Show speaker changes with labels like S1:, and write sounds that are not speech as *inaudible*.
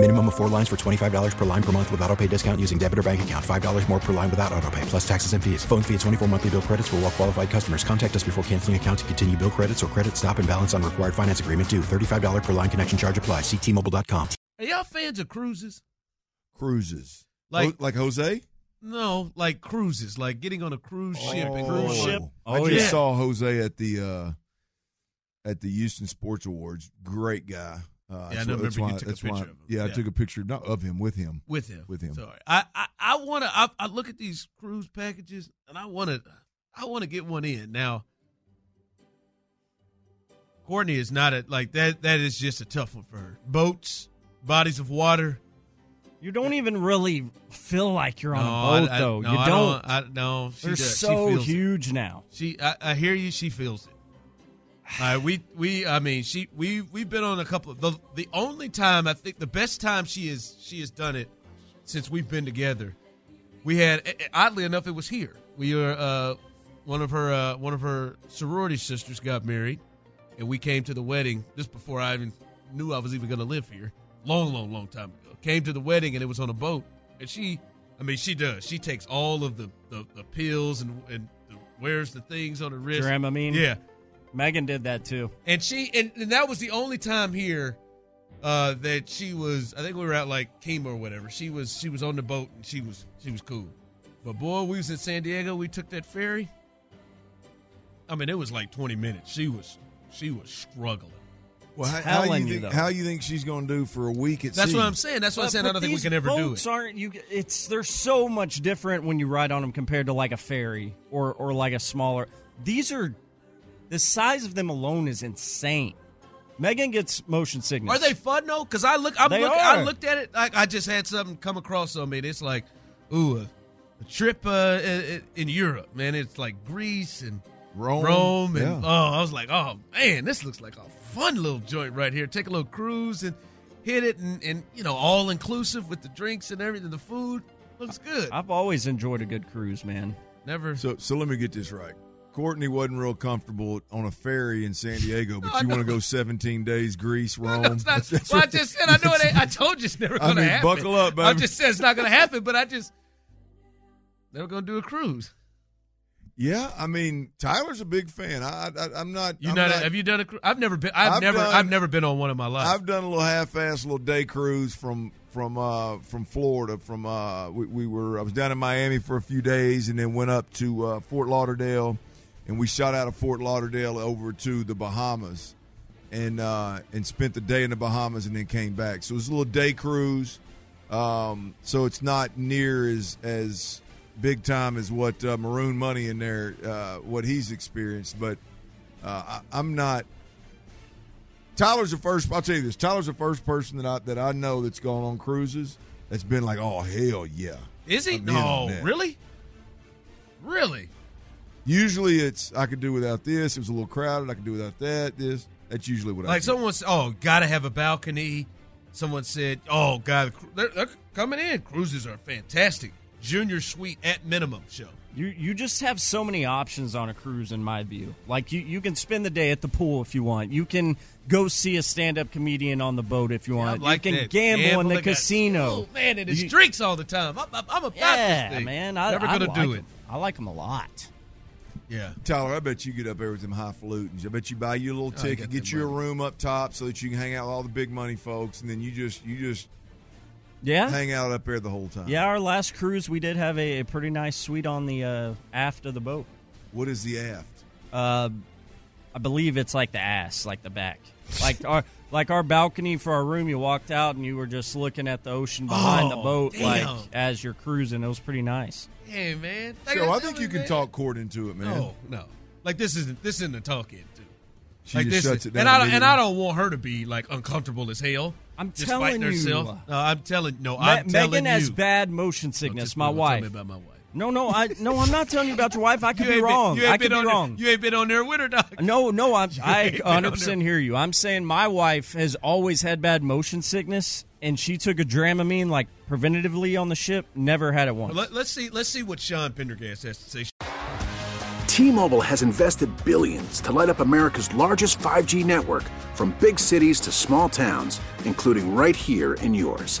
S1: Minimum of four lines for $25 per line per month with auto pay discount using debit or bank account. $5 more per line without auto pay, plus taxes and fees. Phone fee at 24 monthly bill credits for all well qualified customers. Contact us before canceling account to continue bill credits or credit stop and balance on required finance agreement due. $35 per line connection charge apply. Ctmobile.com.
S2: Are y'all fans of cruises?
S3: Cruises.
S2: Like-
S3: Like like Jose?
S2: No, like cruises, like getting on a cruise ship and
S3: Oh.
S2: cruise ship.
S3: I
S2: Oh,
S3: just
S2: yeah.
S3: saw Jose at the uh at the Houston Sports Awards. Great guy. Uh,
S2: Yeah, I
S3: that's
S2: know,
S3: wh- that's
S2: remember you
S3: why-
S2: took a
S3: that's why-
S2: picture of him.
S3: Yeah, I
S2: Yeah.
S3: took a picture not of him with him.
S2: With him.
S3: With him.
S2: Sorry. I I, I want to. I, I look at these cruise packages and I want to. I want to get one in now. Courtney is not a like that. That is just a tough one for her. Boats, bodies of water.
S4: You don't even really feel like you're on
S2: No,
S4: a boat,
S2: I- I-
S4: though.
S2: no,
S4: you
S2: I
S4: don't.
S2: I, no, she
S4: They're
S2: does. She
S4: so
S2: feels it.
S4: huge now.
S2: She, I, I hear you. She feels it. All right, we we I mean she we we've been on a couple of the the only time I think the best time she is she has done it since we've been together. We had oddly enough it was here. We were uh, one of her uh, one of her sorority sisters got married, and we came to the wedding just before I even knew I was even going to live here. Long, long, long time ago. Came to the wedding and it was on a boat. And she, I mean, she does. She takes all of the the, the pills and and the, wears the things on her wrist.
S4: Dramamine.
S2: Yeah,
S4: Megan did that too.
S2: and she and, and that was the only time here uh, that she was. I think we were out like Kima or whatever. She was she was on the boat and she was she was cool. But boy, we was in San Diego. We took that ferry. I mean, it was like twenty minutes. She was she was struggling.
S3: Well, how, how
S4: Telling
S3: you
S4: you,
S3: think,
S4: though.
S3: how you think she's going to do for a week at
S2: That's
S3: sea?
S2: what I'm saying. That's what I'm
S4: But-
S2: saying. I
S4: but
S2: don't think we
S4: these
S2: can ever do
S4: boats
S2: it.
S4: Aren't you? It's they're so much different when you ride on them compared to like a ferry or or like a smaller. These are the size of them alone is insane. Megan gets motion sickness.
S2: Are they fun though? Because I look, I'm
S4: They
S2: looking, I
S4: are.
S2: looked at it like I just had something come across on me. And it's like, ooh, a, a trip uh, i- i- in Europe, man. It's like Greece and
S3: Rome.
S2: Rome, and
S3: Yeah.
S2: oh, I was like, oh man, this looks like a fun little joint right here. Take a little cruise and hit it, and, and you know, all inclusive with the drinks and everything, the food looks good.
S4: I've always enjoyed a good cruise, man.
S2: Never. *laughs*
S3: So so let me get this right. Courtney wasn't real comfortable on a ferry in San Diego, but
S2: *laughs* I
S3: you want to
S2: know.
S3: go 17 days Greece,
S2: *laughs*
S3: Rome.
S2: No, it's not.
S3: That's
S2: well, I
S3: what-
S2: just said I know it. Ain't, I told you it's never
S3: I
S2: going to
S3: mean,
S2: happen.
S3: buckle up,
S2: I
S3: baby.
S2: just said it's not going to happen, but I just they were going to do a cruise.
S3: Yeah, I mean Tyler's a big fan. I, I I'm not.
S2: You
S3: I'm
S2: not,
S3: not-
S2: Have you done a cruise? I've never been. I've,
S3: I've
S2: never.
S3: done-
S2: I've never been on one in my life.
S3: I've done a little half-ass little day cruise from from uh from Florida. From uh we, we were I was down in Miami for a few days and then went up to uh, Fort Lauderdale, and we shot out of Fort Lauderdale over to the Bahamas, and uh and spent the day in the Bahamas and then came back. So it was a little day cruise. Um, so it's not near as as big time as what uh, Maroon Money in there uh, what he's experienced, but uh, I, I'm not. Tyler's the first. I'll tell you this. Tyler's the first person that I that I know that's gone on cruises that's been like, oh hell yeah.
S2: Is he?
S3: I'm in on
S2: no,
S3: that.
S2: really, really.
S3: Usually it's I could do without this. It was a little crowded. I could do without that. This. That's usually what I
S2: Like
S3: do.
S2: someone said, oh, gotta have a balcony. Someone said, oh, god, they're, they're coming in. Cruises are fantastic. Junior suite at minimum show.
S4: You you just have so many options on a cruise in my view. Like you, you can spend the day at the pool if you want. You can go see a stand up comedian on the boat if you
S2: I
S4: want.
S2: like
S4: you can
S2: that.
S4: gamble, in
S2: They
S4: the
S2: got-
S4: casino.
S2: Oh man, and it's
S4: You-
S2: drinks all the time. I'm, I'm, I'm about this
S4: Yeah,
S2: thing.
S4: man. I,
S2: never
S4: I
S2: gonna
S4: like
S2: do
S4: 'em.
S2: it.
S4: I like them a lot.
S2: Yeah.
S3: Tyler, I bet you get up there with them highfalutins. I bet you buy you a little
S2: I
S3: ticket,
S2: Oh, got
S3: get
S2: that
S3: you a
S2: money.
S3: room up top so that you can hang out with all the big money folks, and then you just you just
S4: Yeah.
S3: hang out up there the whole time.
S4: Yeah, our last cruise, we did have a, a pretty nice suite on the uh, aft of the boat.
S3: What is the aft?
S4: Uh, I believe it's like the ass, like the back,
S2: *laughs*
S4: like our like our balcony for our room. You walked out and you were just looking at the ocean behind
S2: Oh,
S4: the boat,
S2: damn.
S4: like as you're cruising. It was pretty nice.
S2: Hey man.
S3: So I think you can
S2: man.
S3: talk court into it, man.
S2: No, no. Like this isn't this isn't a talk in too.
S3: She
S2: like
S3: just
S2: this is-
S3: shuts it down.
S2: And I don't, and
S3: immediately.
S2: I don't want her to be like uncomfortable as hell.
S4: I'm
S2: just
S4: telling
S2: fighting herself.
S4: you.
S2: No, I'm telling no.
S4: Me-
S2: I'm telling
S4: Megan
S2: you.
S4: has bad motion
S2: No,
S4: sickness.
S2: just
S4: my
S2: don't tell me
S4: wife.
S2: about my wife.
S4: No, no, I no, I'm not telling you about your wife. I could
S2: ain't
S4: be wrong.
S2: Been, you ain't
S4: I could
S2: been
S4: be
S2: on
S4: wrong.
S2: There, you ain't been on there with her, dog.
S4: No, no, I'm,
S2: *laughs* You
S4: I
S2: ain't been on
S4: 100 percent hear you. I'm saying my wife has always had bad motion sickness, and she took a Dramamine like preventatively on the ship. Never had it once.
S2: Let, us see. Let's see what Sean Pendergast has to say.
S5: T-Mobile has invested billions to light up America's largest 5G network from big cities to small towns, including right here in yours.